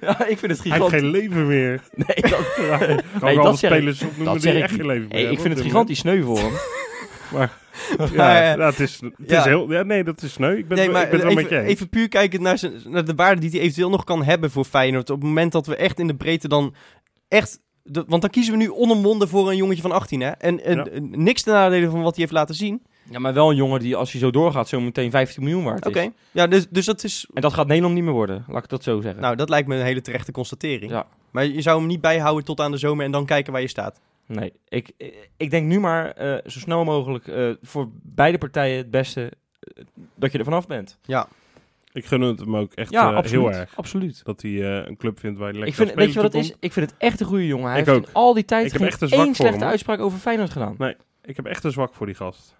C: Ja, ik vind het
D: Hij heeft
C: gigantisch.
D: geen leven meer.
C: Nee, dat,
D: Ja, ik kan
C: Nee,
D: ook
C: dat
D: alle
C: zeg ik-
D: spelers opnoemen
C: dat
D: die
C: zeg ik
D: echt
C: niet.
D: geen leven meer
C: Hey, ik
D: hebben
C: vind het
D: op dit
C: gigantisch sneu voor hem.
D: moment.
B: Ja,
D: Ja,
B: ja.
D: dat is, het
B: Ja.
D: is heel... Ja, nee, dat is sneu. Ik ben,
B: Nee,
D: het-
B: maar
D: ik ben het wel met
B: even,
D: je eens.
B: even puur kijkend naar, zijn, naar de waarde die hij eventueel nog kan hebben voor Feyenoord. Op het moment dat we echt in de breedte dan echt... de- want dan kiezen we nu onomwonden voor een jongetje van 18, hè? En, en
D: Ja.
B: en niks ten nadele van wat hij heeft laten zien.
C: Ja, maar wel een jongen die, als hij zo doorgaat, zo meteen 15 miljoen waard
B: Oké.
C: is.
B: Ja, dus, dus dat is...
C: En dat gaat Nederland niet meer worden, laat ik dat zo zeggen.
B: Nou, dat lijkt me een hele terechte constatering.
C: Ja.
B: Maar je zou hem niet bijhouden tot aan de zomer en dan kijken waar je staat.
C: Nee, ik, ik denk nu maar eh, zo snel mogelijk eh, voor beide partijen het beste eh, dat je er vanaf bent.
D: Ik gun het hem ook echt
C: ja,
D: eh,
C: absoluut.
D: heel erg.
C: Absoluut.
D: Dat hij eh, een club vindt waar hij lekker
C: Ik vind,
D: aan
C: weet je
D: spelen
C: wat het is?
D: toekomt.
C: Ik vind het echt een goede jongen. Hij
D: Ik
C: heeft
D: ook.
C: in al die tijd
D: Ik heb
C: geen
D: echt een zwak
C: één
D: voor
C: slechte
D: hem, hoor.
C: uitspraak over Feyenoord gedaan.
D: Nee. Ik heb echt een zwak voor die gast.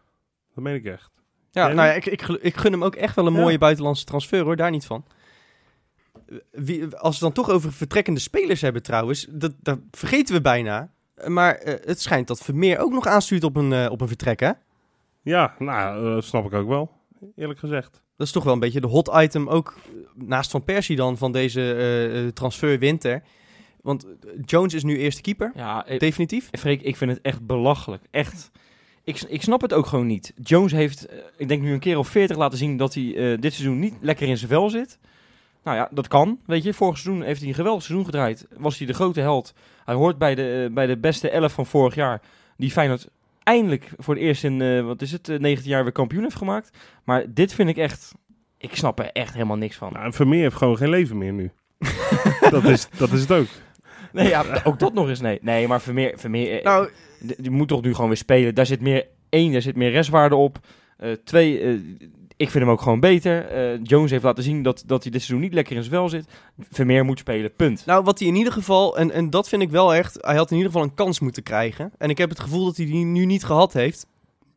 D: Dat meen ik echt.
B: Ja,
D: Ja.
B: nou ja, ik, ik, gel- ik gun hem ook echt wel een
D: Ja.
B: mooie buitenlandse transfer, hoor. Daar niet van. Wie, als we het dan toch over vertrekkende spelers hebben trouwens, dat, dat vergeten we bijna. Maar eh, het schijnt dat Vermeer ook nog aanstuurt op een, eh, op een vertrek, hè?
D: Ja, nou, eh, snap ik ook wel. Eerlijk gezegd.
B: Dat is toch wel een beetje de hot item, ook eh, naast Van Persie dan, van deze eh, eh, transferwinter. Want eh, Jones is nu eerste keeper,
C: Ja, eh,
B: definitief.
C: Freek, ik vind het echt belachelijk. Echt. Ik, s- ik snap het ook gewoon niet. Jones heeft, eh, ik denk nu een keer of veertig laten zien dat hij eh, dit seizoen niet lekker in zijn vel zit. Nou ja, dat kan. Weet je, vorig seizoen heeft hij een geweldig seizoen gedraaid. Was hij de grote held. Hij hoort bij de, eh, bij de beste elf van vorig jaar. Die Feyenoord eindelijk voor het eerst in, eh, wat is het, eh, 19 jaar weer kampioen heeft gemaakt. Maar dit vind ik echt, ik snap er echt helemaal niks van.
D: Nou, en Vermeer heeft gewoon geen leven meer nu. dat, is, dat is het ook.
C: Nee, ja, ook dat nog eens nee. Nee, maar Vermeer, Vermeer eh,
B: Nou,
C: D- Die moet toch nu gewoon weer spelen. Daar zit meer, één, daar zit meer restwaarde op. Eh, twee, eh, ik vind hem ook gewoon beter. Eh, Jones heeft laten zien dat, dat hij dit seizoen niet lekker in zijn vel zit. Vermeer moet spelen, punt.
B: nou, wat hij in ieder geval, en, en dat vind ik wel echt, hij had in ieder geval een kans moeten krijgen. En ik heb het gevoel dat hij die nu niet gehad heeft.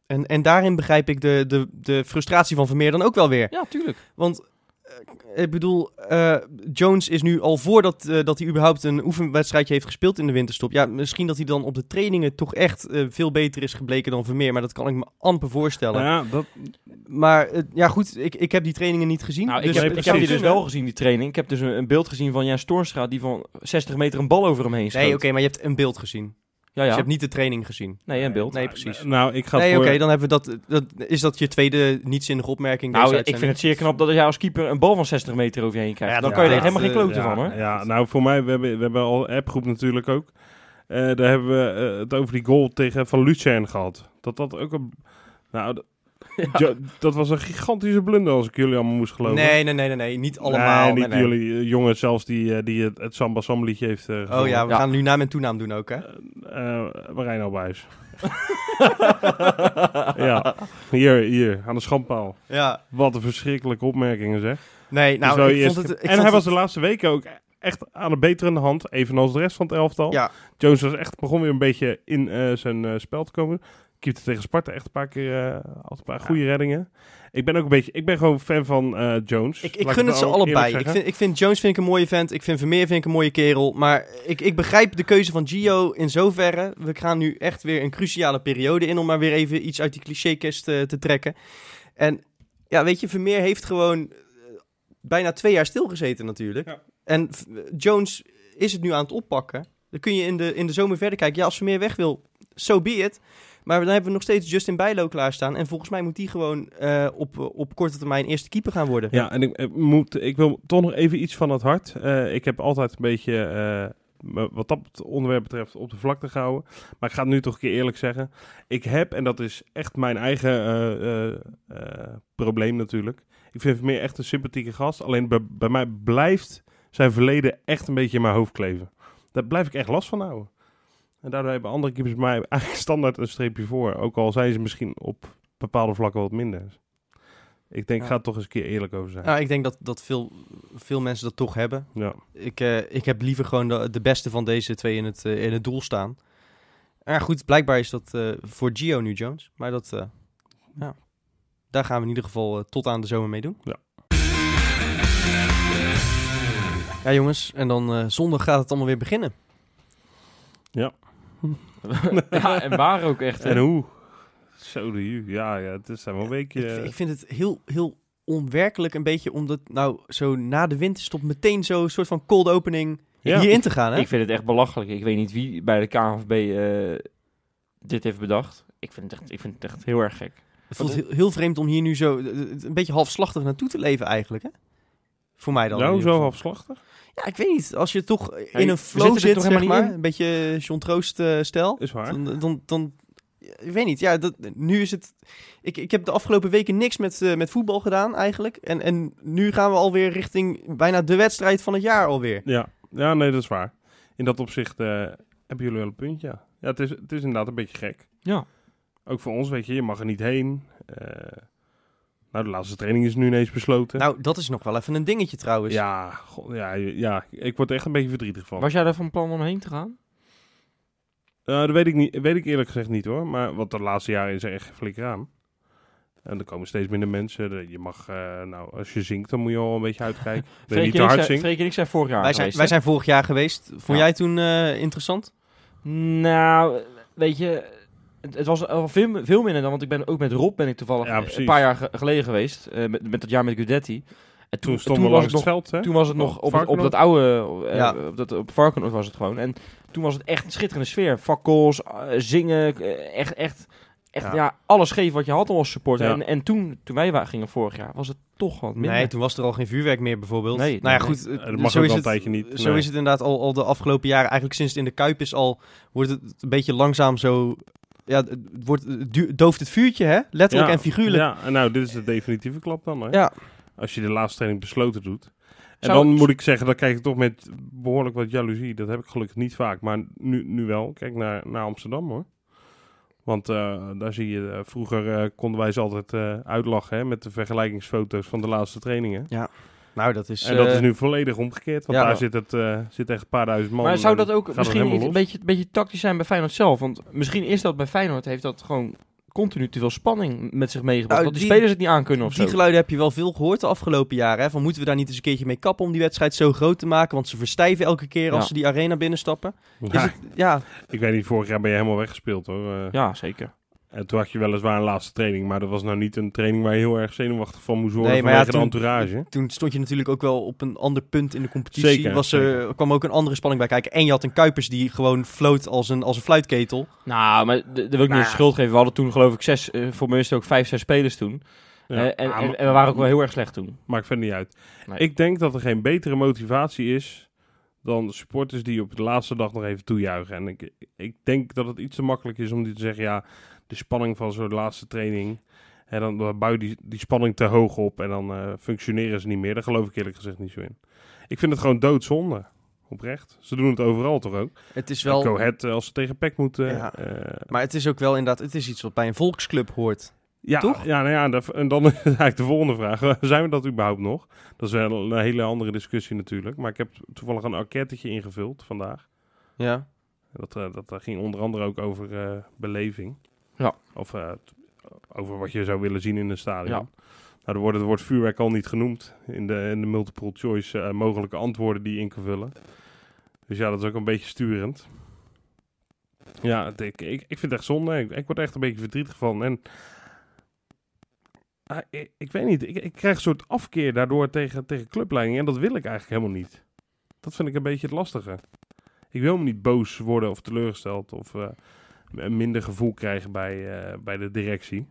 B: En, en daarin begrijp ik de, de, de frustratie van Vermeer dan ook wel weer.
C: Ja, tuurlijk.
B: Want eh, ik bedoel, eh, Jones is nu al voordat eh, dat hij überhaupt een oefenwedstrijdje heeft gespeeld in de winterstop. Ja, misschien dat hij dan op de trainingen toch echt eh, veel beter is gebleken dan Vermeer. Maar dat kan ik me amper voorstellen.
D: Nou ja, dat,
B: Maar eh, ja, goed, ik, ik heb die trainingen niet gezien.
C: Nou, ik,
B: dus
C: heb,
B: het
C: ik
D: precies.
C: heb
B: zou
C: die dus
B: kunnen.
C: wel gezien, die training. Ik heb dus een, een beeld gezien van Jan Stoorstra die van 60 meter een bal over hem heen schoot.
B: Nee, oké, maar je hebt een beeld gezien.
C: ja,
B: Dus
C: ja.
B: je hebt niet de training gezien.
C: Nee, een beeld.
B: Nee, precies.
D: nou, ik ga
B: Nee, oké,
D: voor...
B: dan hebben we dat, dat. Is dat je tweede niet-zinnige opmerking?
C: nou,
B: deze
C: ik vind
B: uitzending?
C: het zeer knap dat jij als keeper een bal van 60 meter over je heen krijgt.
B: Ja,
C: dan
B: dat- eh,
C: kan je er
B: ja,
C: helemaal geen
B: dat,
C: klote
D: ja,
C: van, hoor.
D: Ja, nou voor mij, we hebben, we hebben al een appgroep natuurlijk ook. Eh, daar hebben we eh, het over die goal tegen Van Lucerne gehad. Dat dat ook een... Nou, d- Jo- dat was een gigantische blunder als ik jullie allemaal moest geloven.
B: Nee, nee, nee, nee, nee, niet
D: Nee,
B: allemaal. Nee,
D: niet
B: nee.
D: jullie eh, jongen zelfs die, eh, die het, het Samba Sam liedje heeft eh,
B: Oh
D: gezongen.
B: ja, we
C: Ja.
B: gaan nu naam en toenaam doen ook, hè?
D: Eh, Marijn Albuijs. ja, hier, hier, aan de schandpaal.
B: Ja.
D: Wat een verschrikkelijke opmerkingen zeg.
B: Nee, nou,
D: Dus wel je
B: ik vond
D: eerste-
B: het...
D: en
B: Ik vond
D: hij was
B: het-
D: de laatste weken ook echt aan de beterende hand, evenals de rest van het elftal.
B: Ja.
D: Jones was echt, begon weer een beetje in eh, zijn eh, spel te komen. Keepte tegen Sparta echt een paar keer, eh, had een paar goede reddingen. Ik ben ook een beetje, ik ben gewoon fan van eh, Jones.
B: Ik, ik
D: Laat
B: gun het
D: wel
B: ze
D: eerlijk
B: allebei. Ik
D: zeggen.
B: vind, ik vind Jones vind ik een mooie vent. Ik vind Vermeer vind ik een mooie kerel. Maar ik, ik begrijp de keuze van Gio in zoverre. We gaan nu echt weer een cruciale periode in om maar weer even iets uit die clichékist eh, te trekken. En ja, weet je, Vermeer heeft gewoon eh, bijna twee jaar stilgezeten natuurlijk.
D: Ja.
B: En v- Jones is het nu aan het oppakken. Dan kun je in de, in de zomer verder kijken. Ja, als Vermeer weg wil, so be it. Maar dan hebben we nog steeds Justin Bijlo klaarstaan. En volgens mij moet die gewoon eh, op, op korte termijn eerste keeper gaan worden.
D: Ja, en ik, eh, moet, ik wil toch nog even iets van het hart. Eh, ik heb altijd een beetje, eh, me- wat dat onderwerp betreft, op de vlakte gehouden. Maar ik ga het nu toch een keer eerlijk zeggen. Ik heb, en dat is echt mijn eigen eh, eh, eh, probleem natuurlijk. Ik vind meer echt een sympathieke gast. Alleen bij, bij mij blijft zijn verleden echt een beetje in mijn hoofd kleven. Daar blijf ik echt last van houden. En daardoor hebben andere keepers bij mij eigenlijk standaard een streepje voor. Ook al zijn ze misschien op bepaalde vlakken wat minder. Ik denk,
B: Ja.
D: ga er toch eens een keer eerlijk over zijn.
B: Nou, ik denk dat, dat veel, veel mensen dat toch hebben.
D: Ja.
B: Ik, eh, ik heb liever gewoon de, de beste van deze twee in het, eh, in het doel staan. Maar goed, blijkbaar is dat eh, voor Gio nu Jones. Maar dat, eh, ja. daar gaan we in ieder geval eh, tot aan de zomer mee doen.
D: Ja.
B: Ja, jongens. En dan eh, zondag gaat het allemaal weer beginnen.
C: ja, en waar ook echt. hè.
D: En hoe? Zo de ju. Ja, ja, het is zijn wel een eh, weekje.
B: Ik, ik vind het heel, heel onwerkelijk een beetje om dat nou zo na de winterstop meteen zo'n soort van cold opening
D: ja.
B: hierin te gaan. Hè?
C: Ik vind het echt belachelijk. Ik weet niet wie bij de KNVB eh, dit heeft bedacht. Ik vind, het echt, ik vind het echt heel erg gek.
B: Het voelt heel, heel vreemd om hier nu zo eh, eh, een beetje halfslachtig naartoe te leven eigenlijk, hè? Voor mij dan. in
D: nou,
B: ieder
D: zo
B: geval.
D: halfslachtig.
B: Ja, ik weet niet. Als je toch eh,
C: Ja, je-
B: in
C: we
B: een flow
C: zitten er
B: zit,
C: toch
B: zeg
C: helemaal niet
B: maar,
C: in?
B: een beetje John Troost eh, stijl,
D: Is waar.
B: dan, dan, dan... Ik weet niet, ja, dat, nu is het... Ik, ik heb de afgelopen weken niks met, eh, met voetbal gedaan eigenlijk. En, en nu gaan we alweer richting bijna de wedstrijd van het jaar alweer.
D: Ja. ja, nee, dat is waar. In dat opzicht eh, hebben jullie wel een punt, ja. Ja, het is, het is inderdaad een beetje gek.
C: Ja.
D: Ook voor ons, weet je, je mag er niet heen. Eh, nou, de laatste training is nu ineens besloten.
B: Nou, dat is nog wel even een dingetje trouwens.
D: ja, god, ja, ja, ik word er echt een beetje verdrietig van.
C: dus. Was jij daar van plan om heen te gaan?
D: Eh, dat weet ik, niet, weet ik eerlijk gezegd niet hoor. Maar wat de laatste jaren is er echt flink aan. En er komen steeds minder mensen. De- Je mag, eh, nou, als je zingt, dan moet je al een beetje uitkijken. Dat je
C: Freek
D: niet
C: en
D: te
C: ik
D: hard
C: zijn-
D: zingt.
C: Freek en ik zijn vorig jaar
B: wij, zijn,
C: geweest,
B: wij
C: hè?
B: zijn vorig jaar geweest. Vond
C: Ja.
B: jij toen eh, interessant?
C: Nou, weet je, het, het was al veel, veel minder dan, want ik ben ook met Rob ben ik toevallig
D: Ja,
C: eh, een
D: precies.
C: paar jaar ge- geleden geweest, eh, met, met dat jaar met Gudetti. En
D: Toen
C: toen,
D: stonden we
C: was
D: langs
C: het
D: het
C: nog,
D: veld, hè?
C: toen was het nog op, het- op
D: Varkenoord?
C: dat oude, eh,
B: Ja.
C: op, dat, op Varkenoord was het gewoon. En toen was het echt een schitterende sfeer. Fakkels, eh, zingen, eh, echt, echt, echt
D: Ja.
C: ja. alles geven wat je had als supporter.
D: Ja.
C: En, en toen, toen wij wa- gingen vorig jaar, was het toch wat minder.
B: Nee, toen was er al geen vuurwerk meer bijvoorbeeld.
C: Nee,
B: nou ja,
C: nee,
B: goed.
D: nee.
B: eh,
D: Dat mag
B: zo
D: ook
B: is
D: al een
B: het-
D: tijdje niet,
B: Zo
D: nee.
B: is het inderdaad al, al de afgelopen jaren. Eigenlijk sinds het in de Kuip is al, wordt het een beetje langzaam zo... Ja, het wordt, het du- dooft het vuurtje, hè? Letterlijk
D: Ja,
B: en figuurlijk.
D: Ja, en nou, dit is de definitieve klap dan, hè?
B: Ja.
D: Als je de laatste training besloten doet. En
C: Zou-
D: dan moet ik zeggen, dan kijk ik toch met behoorlijk wat jaloezie. Dat heb ik gelukkig niet vaak, maar nu, nu wel. Kijk naar, naar Amsterdam, hoor. Want eh, daar zie je, eh, vroeger eh, konden wij ze altijd eh, uitlachen hè, met de vergelijkingsfoto's van de laatste trainingen.
B: Nou, dat is...
D: en dat
B: eh,
D: is nu volledig omgekeerd, want
B: ja.
D: daar zit, het, eh, zit echt een paar duizend man.
C: Maar zou
D: en
B: nou
C: dat ook
D: gaat het
C: misschien
D: helemaal
C: niet een
D: los.
C: beetje, een beetje tactisch zijn bij Feyenoord zelf? Want misschien is dat bij Feyenoord, heeft dat gewoon continu te veel spanning met zich meegebracht.
B: Nou,
C: dat de
B: die-
C: spelers het niet aan kunnen of
B: Die
C: zo.
B: geluiden heb je wel veel gehoord de afgelopen jaren. Hè? Van moeten we daar niet eens een keertje mee kappen om die wedstrijd zo groot te maken? Want ze verstijven elke keer als
C: Ja.
B: ze die arena binnenstappen.
D: Ja,
B: Is het, ja,
D: Ik weet niet, vorig jaar ben je helemaal weggespeeld hoor. Eh,
C: Ja, zeker.
D: En toen had je weliswaar een laatste training, maar dat was nou niet een training waar je heel erg zenuwachtig van moest worden
B: Nee, maar ja,
D: vanwege
B: toen-
D: de entourage.
B: toen stond je natuurlijk ook wel op een ander punt in de competitie.
D: Zeker,
B: was, er
D: zeker.
B: kwam ook een andere spanning bij kijken. En je had een Kuipers die gewoon floot als een, als een fluitketel.
C: Nou, maar d- daar wil ik niet
D: Maar-
C: eens de schuld geven. We hadden toen geloof ik zes, eh, voor mij is het ook vijf, zes spelers toen.
D: Ja.
C: Eh, en,
D: Ah,
C: en,
D: maar-
C: en we waren ook wel heel erg slecht toen.
D: Maakt verder niet uit.
C: Nee.
D: Ik denk dat er geen betere motivatie is dan supporters die op de laatste dag nog even toejuichen. En ik, ik denk dat het iets te makkelijk is om die te zeggen, ja, de spanning van zo'n laatste training. En dan, dan bouw je die, die spanning te hoog op en dan eh, functioneren ze niet meer. Daar geloof ik eerlijk gezegd niet zo in. Ik vind het gewoon doodzonde. Oprecht. Ze doen het overal toch ook.
B: Het is
D: Go
B: wel,
D: Ahead, eh, als ze tegen PEC moeten.
B: Ja.
D: eh,
B: maar het is ook wel inderdaad, het is iets wat bij een volksclub hoort.
D: Ja,
B: Toch?
D: Ja, nou ja, daar- en dan is eigenlijk de volgende vraag. Zijn we dat überhaupt nog? Dat is wel een hele andere discussie natuurlijk. Maar ik heb toevallig een enquêtetje ingevuld vandaag.
B: Ja.
D: Dat, eh, dat eh, ging onder andere ook over eh, beleving.
C: Ja.
D: Of eh, t- over wat je zou willen zien in een stadion.
C: Ja.
D: Nou, er wordt het woord vuurwerk al niet genoemd in de, in de multiple choice eh, mogelijke antwoorden die je in kan vullen. Dus ja, dat is ook een beetje sturend. Ja, het- ik, ik, ik vind het echt zonde. Ik, ik word er echt een beetje verdrietig van. En ah, ik, ik weet niet, ik, ik krijg een soort afkeer daardoor tegen, tegen clubleiding. En dat wil ik eigenlijk helemaal niet. Dat vind ik een beetje het lastige. Ik wil me niet boos worden of teleurgesteld of eh, een minder gevoel krijgen bij, eh, bij de directie.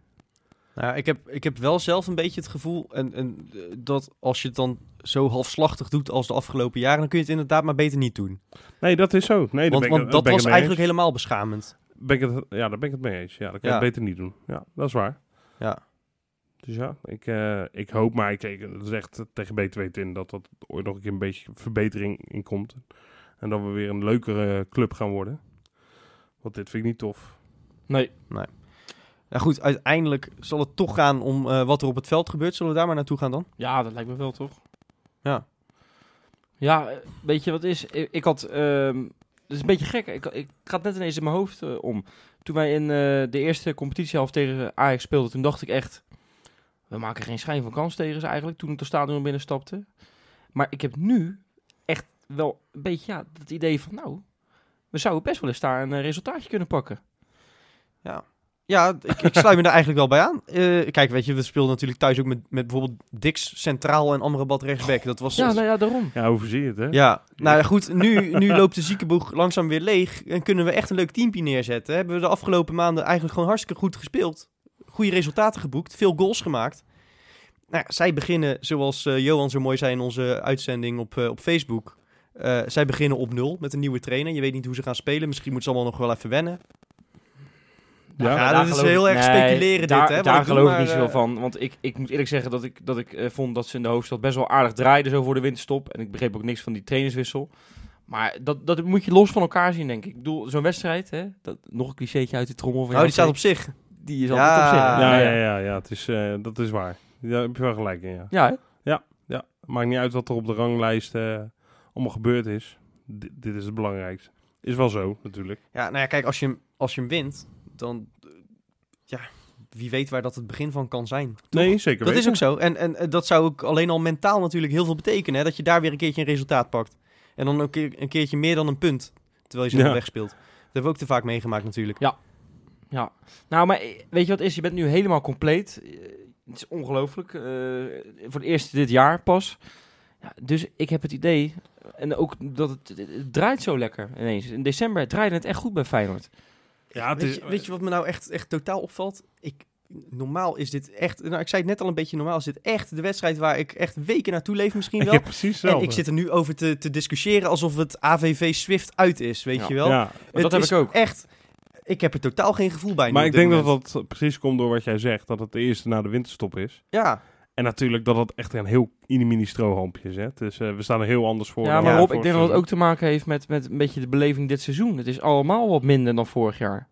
B: Nou, ik, heb, ik heb wel zelf een beetje het gevoel en, en, eh, dat als je het dan zo halfslachtig doet als de afgelopen jaren, dan kun je het inderdaad maar beter niet doen.
D: Nee, dat is zo. Nee, daar ben
B: want
D: ik-
B: want
D: daar
B: dat
D: ben ik het
B: was
D: mee
B: eigenlijk helemaal beschamend.
D: eens. Ben ik het, ja, daar ben ik het mee eens. Ja, dat kan
B: Ja.
D: je beter niet doen. Ja, dat is waar.
B: Ja.
D: Dus ja, ik, eh, ik hoop maar, ik, ik, dat is echt tegen beter weten in, dat dat ooit nog een keer een beetje verbetering in komt. En dat we weer een leukere club gaan worden. Want dit vind ik niet tof.
C: Nee.
B: Nou goed, uiteindelijk zal het toch gaan om eh, wat er op het veld gebeurt. Zullen we daar maar naartoe gaan dan?
C: Ja, dat lijkt me wel, toch?
B: Ja.
C: Ja, eh, weet je wat is? Ik, ik had... ehm dat is een beetje gek. Ik, ik gaat net ineens in mijn hoofd eh, om. Toen wij in eh, de eerste competitiehelft tegen Ajax speelden, toen dacht ik echt... We maken geen schijn van kans tegen ze eigenlijk, toen ik het stadion binnenstapte. Maar ik heb nu echt wel een beetje ja, het idee van... Nou, we zouden best wel eens daar een eh, resultaatje kunnen pakken.
B: Ja, ik, ik sluit me daar eigenlijk wel bij aan. Eh, kijk, weet je, we speelden natuurlijk thuis ook met, met bijvoorbeeld Dix centraal en Amrabat rechtsback. Dat was
C: Ja, nou ja, daarom.
D: Ja, hoe zie je het, hè?
B: Ja, nou ja, goed, nu, nu loopt de ziekenboeg langzaam weer leeg en kunnen we echt een leuk teampje neerzetten. Hebben we de afgelopen maanden eigenlijk gewoon hartstikke goed gespeeld. Goede resultaten geboekt, veel goals gemaakt. Nou, ja, zij beginnen, zoals eh, Johan zo mooi zei in onze uitzending op, eh, op Facebook, eh, zij beginnen op nul met een nieuwe trainer. Je weet niet hoe ze gaan spelen, misschien moeten ze allemaal nog wel even wennen.
D: Ja,
B: Ja,
C: Nou, daar
B: dat is
C: geloof ik-
B: heel erg speculeren dit,
C: daar,
B: hè, wat
C: Daar
B: ik doe,
C: geloof ik
B: maar,
C: niet zoveel
B: eh,
C: van. Want ik, ik moet eerlijk zeggen dat ik, dat ik eh, vond dat ze in de hoofdstad best wel aardig draaiden zo voor de winterstop. En ik begreep ook niks van die trainerswissel. Maar dat, dat moet je los van elkaar zien, denk ik. Ik bedoel, zo'n wedstrijd, hè, dat, nog een clichétje uit de trommel van
B: Nou, die staat
C: jou,
B: op zich.
C: die is
B: Ja.
C: altijd op zich.
D: Ja,
C: ja.
D: ja, ja, ja, het is, eh, dat is waar. Daar heb je wel gelijk in, ja.
C: Ja, hè?
D: Ja, maakt niet uit wat er op de ranglijst eh, allemaal gebeurd is. D- dit is het belangrijkste. Is wel zo, natuurlijk.
B: Ja, nou ja, kijk, als je, hem- als je hem wint, dan, eh, ja, wie weet waar dat het begin van kan zijn.
D: Nee, zeker
B: Dat is
D: weten.
B: ook zo. En, en eh, dat zou ook alleen al mentaal natuurlijk heel veel betekenen. Hè? Dat je daar weer een keertje een resultaat pakt. En dan een, keer, een keertje meer dan een punt. Terwijl je ze
D: Ja.
B: nog wegspeelt. Dat hebben we ook te vaak meegemaakt natuurlijk.
C: Nou, maar eh, weet je wat het is? Je bent nu helemaal compleet. Eh, Het is ongelooflijk. Eh, voor het eerst dit jaar pas. Ja, dus ik heb het idee... En ook dat het, het- het draait zo lekker ineens. In december draaide het echt goed bij Feyenoord.
D: Ja, het
B: weet,
D: is-
B: je, weet je wat me nou echt, echt totaal opvalt? Ik, normaal is dit echt... Nou, ik zei het net al een beetje. Normaal is dit echt de wedstrijd waar ik echt weken naartoe leef misschien
D: Ik
B: wel.
D: heb precies
B: En
D: hetzelfde.
B: ik zit er nu over te, te discussiëren alsof het AVV Swift uit is, weet
C: Ja.
B: je wel?
D: Ja,
B: Het
C: dat heb
B: is
C: ik ook.
B: echt... Ik heb er totaal geen gevoel bij nu
D: maar
B: op
D: ik
B: dit
D: denk dat
B: moment.
D: dat precies komt door wat jij zegt. Dat het de eerste na de winterstop is.
B: Ja,
D: En natuurlijk dat het echt een heel inimini strohampje is. Hè. Dus eh, we staan er heel anders voor.
C: Ja,
D: dan
C: maar
D: we
C: Rob,
D: vorig
C: ik denk dat het ook
D: seizoen.
C: te maken heeft met, met een beetje de beleving dit seizoen. Het is allemaal wat minder dan vorig jaar.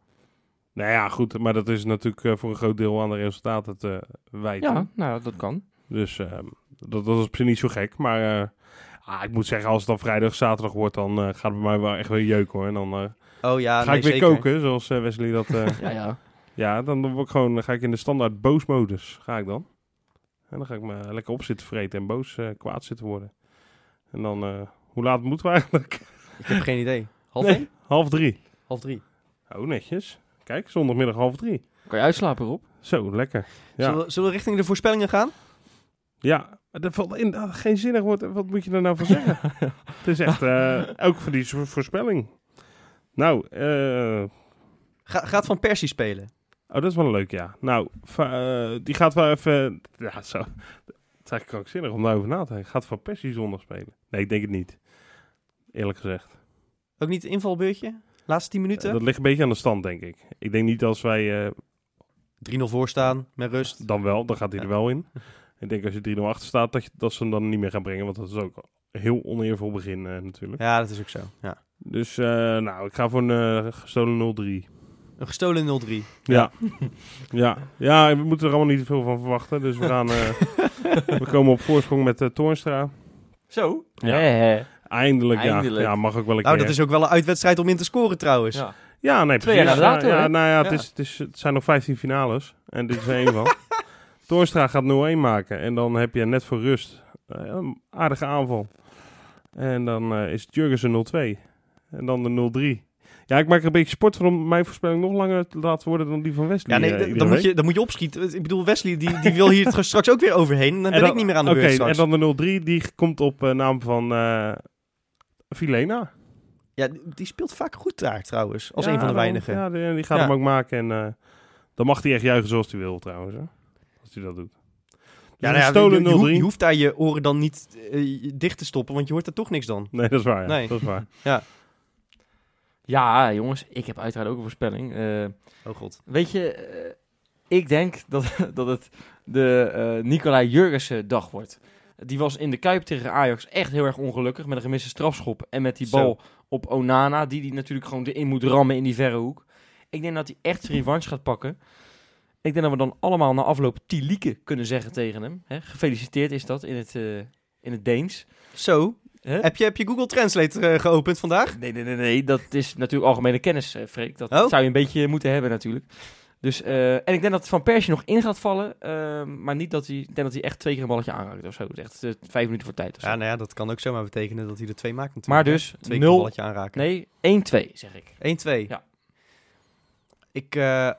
D: Nou ja, goed. Maar dat is natuurlijk eh, voor een groot deel aan de resultaten te wijten.
C: Ja, nou, dat kan.
D: Dus ehm, dat, dat is op zich niet zo gek. Maar eh, ah, ik moet zeggen, als het dan vrijdag, zaterdag wordt, dan eh, gaat het bij mij wel echt weer jeuk hoor. En dan eh,
B: oh ja,
D: ga
B: nee,
D: ik weer
B: zeker.
D: koken, zoals eh, Wesley dat... eh,
C: Ja, ja.
D: Ja, dan, word ik gewoon, dan ga ik in de standaard boos modus. Ga ik dan. En dan ga ik me lekker op zitten vreten en boos eh, kwaad zitten worden. En dan, eh, hoe laat moeten we eigenlijk?
B: Ik heb geen idee. Half
D: Nee.
B: één?
D: Half drie.
B: Half drie.
D: Oh, netjes. Kijk, zondagmiddag half drie.
C: Kan je uitslapen, Rob?
D: Zo, lekker. Ja.
B: Zullen, we, zullen we richting de voorspellingen gaan?
D: Ja, maar dat valt inderdaad geen zinnig woord. Wat moet je er nou van zeggen? Het is echt, eh ook voor die vo- voorspelling. Nou, eh,
B: Ga, gaat Van Persie spelen?
D: oh, dat is wel leuk, ja. Nou, va- eh, die gaat wel even... Ja, zo. Het is eigenlijk krankzinnig om daarover na te denken. Gaat Van Persie zondag spelen? Nee, ik denk het niet. Eerlijk gezegd.
B: Ook niet het invalbeurtje? Laatste 10 minuten?
D: Eh, dat ligt een beetje aan de stand, denk ik. Ik denk niet als wij... eh,
B: 3-0 voor staan, met rust.
D: dan wel, dan gaat hij er wel in. Ik denk als je 3-0 achter staat, dat, je, dat ze hem dan niet meer gaan brengen. Want dat is ook een heel oneervol begin eh, natuurlijk.
B: Ja, dat is ook zo. Ja.
D: Dus eh, nou, ik ga voor een eh, gestolen 0-3.
B: Een gestolen 0-3.
D: Ja. ja. Ja, we moeten er allemaal niet te veel van verwachten. Dus we gaan... eh, we komen op voorsprong met eh, Toornstra.
C: Zo?
D: Ja.
C: Ja.
D: Eindelijk, ja.
C: Eindelijk.
D: Ja, mag ook wel een
B: Nou,
D: keer.
B: dat is ook wel een uitwedstrijd om in te scoren trouwens.
C: ja.
D: Ja, nee,
C: Twee
D: precies.
C: jaar later,
D: ja, ja,
C: hè?
D: nou ja, het,
C: Ja.
D: Is, het, is, het zijn nog 15 finales. En dit is er één van. Toornstra gaat 0-1 maken. En dan heb je net voor rust eh, een aardige aanval. En dan eh, is het Jurgensen 0-2. En dan de 0-3. Ja, ik maak er een beetje sport van om mijn voorspelling nog langer te laten worden dan die van Wesley.
B: Ja, nee,
D: eh,
B: d-
D: iedere
B: dan moet,
D: week.
B: je, dan moet je opschieten. Ik bedoel, Wesley die, die wil hier het straks ook weer overheen. En dan ben
D: En dan-
B: ik niet meer aan de beurt
D: Oké,
B: straks.
D: en dan de 0-3, die komt op eh, naam van eh Filena.
B: Ja, die speelt vaak goed daar trouwens. Als
D: Ja,
B: een van de
D: daarom.
B: weinigen.
D: Ja, die, die gaat
B: Ja.
D: hem ook maken. En eh, dan mag hij echt juichen zoals hij wil trouwens. Hè? Als hij dat doet.
B: Ja,
D: Dus
B: nou ja,
D: een stolen
B: je, je, hoeft,
D: 0-3.
B: je hoeft daar je oren dan niet eh, dicht te stoppen, want je hoort er toch niks dan.
D: Nee, dat is waar. Ja.
B: Nee.
D: Dat is waar.
C: Ja, jongens, ik heb uiteraard ook een voorspelling. Eh,
B: Oh god.
C: weet je, eh, ik denk dat, dat het de eh Nicolai Jurgensen dag wordt. Die was in de Kuip tegen Ajax echt heel erg ongelukkig met een gemiste strafschop. En met die
B: Zo.
C: bal op Onana, die die natuurlijk gewoon erin moet rammen in die verre hoek. Ik denk dat hij echt zijn revanche gaat pakken. Ik denk dat we dan allemaal na afloop Tilieke kunnen zeggen tegen hem. Hè? Gefeliciteerd is dat in het, eh, in het Deens.
B: Zo,
C: Hè?
B: heb je, heb je Google Translate eh, geopend vandaag?
C: Nee, nee, nee, nee. Dat is natuurlijk algemene kennis, eh, Freek. Dat
B: Oh.
C: zou je een beetje moeten hebben natuurlijk. Dus, eh, en ik denk dat Van Persie nog in gaat vallen. eh, maar niet dat hij... Ik denk dat hij echt twee keer een balletje aanraakt of zo. Dat is Echt eh, vijf minuten voor tijd of zo.
B: Ja, nou ja, dat kan ook zomaar betekenen dat hij er twee maakt natuurlijk.
C: maar dus
B: Twee
C: 0...
B: keer een balletje aanraken.
C: Nee, 1-2 zeg ik.
B: 1-2.
C: Ja.
B: Ik, eh,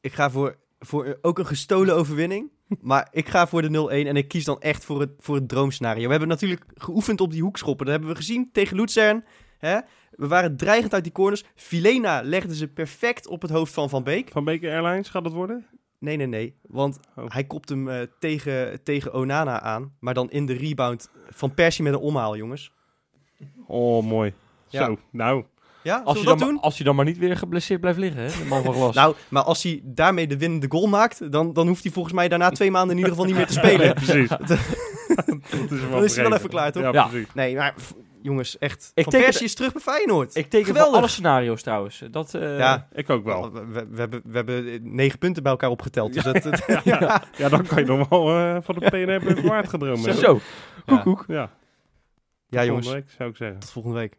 B: ik ga voor, voor ook een gestolen overwinning. Maar ik ga voor de 0-1 en ik kies dan echt voor het, voor het droomscenario. We hebben natuurlijk geoefend op die hoekschoppen. Dat hebben we gezien tegen Luzern. Hè? We waren dreigend uit die corners. Filena legde ze perfect op het hoofd van Van Beek.
D: Van Beker Airlines gaat dat worden?
B: Nee, nee, nee. Want
D: Oh.
B: hij kopt hem eh, tegen, tegen Onana aan. Maar dan in de rebound van Persie met een omhaal, jongens.
D: Oh, mooi.
B: Ja.
D: Zo, nou.
B: Ja,
C: Als
B: zullen
C: je,
B: we
C: dan
B: dat
C: maar-
B: doen?
C: als je dan maar niet weer geblesseerd blijft liggen, hè? De man van glas.
B: Nou, maar als hij daarmee de winnende goal maakt... Dan, dan hoeft hij volgens mij daarna twee maanden in ieder geval niet meer te spelen.
D: Nee, precies. dat is,
B: wel
D: vergeten.
B: even klaar, toch?
D: Ja,
C: Ja.
D: precies.
B: Nee, maar pff, jongens, echt.
C: Ik
B: van
C: teken-
B: Persie is terug bij Feyenoord.
C: ik teken
B: Geweldig.
C: voor alle scenario's trouwens. Dat, eh,
B: Ja.
D: Ik ook wel.
B: We, we- we hebben, we hebben negen punten bij elkaar opgeteld. Dus dat, dat-
D: Ja, ja. dan kan je nog wel eh, van de PNR even waard gedroomd
C: Zo.
D: hebben.
C: zo.
B: Ja.
C: Koekoek.
D: Ja,
B: ja,
D: volgende
B: jongens.
D: week zou ik zeggen.
B: Tot volgende week.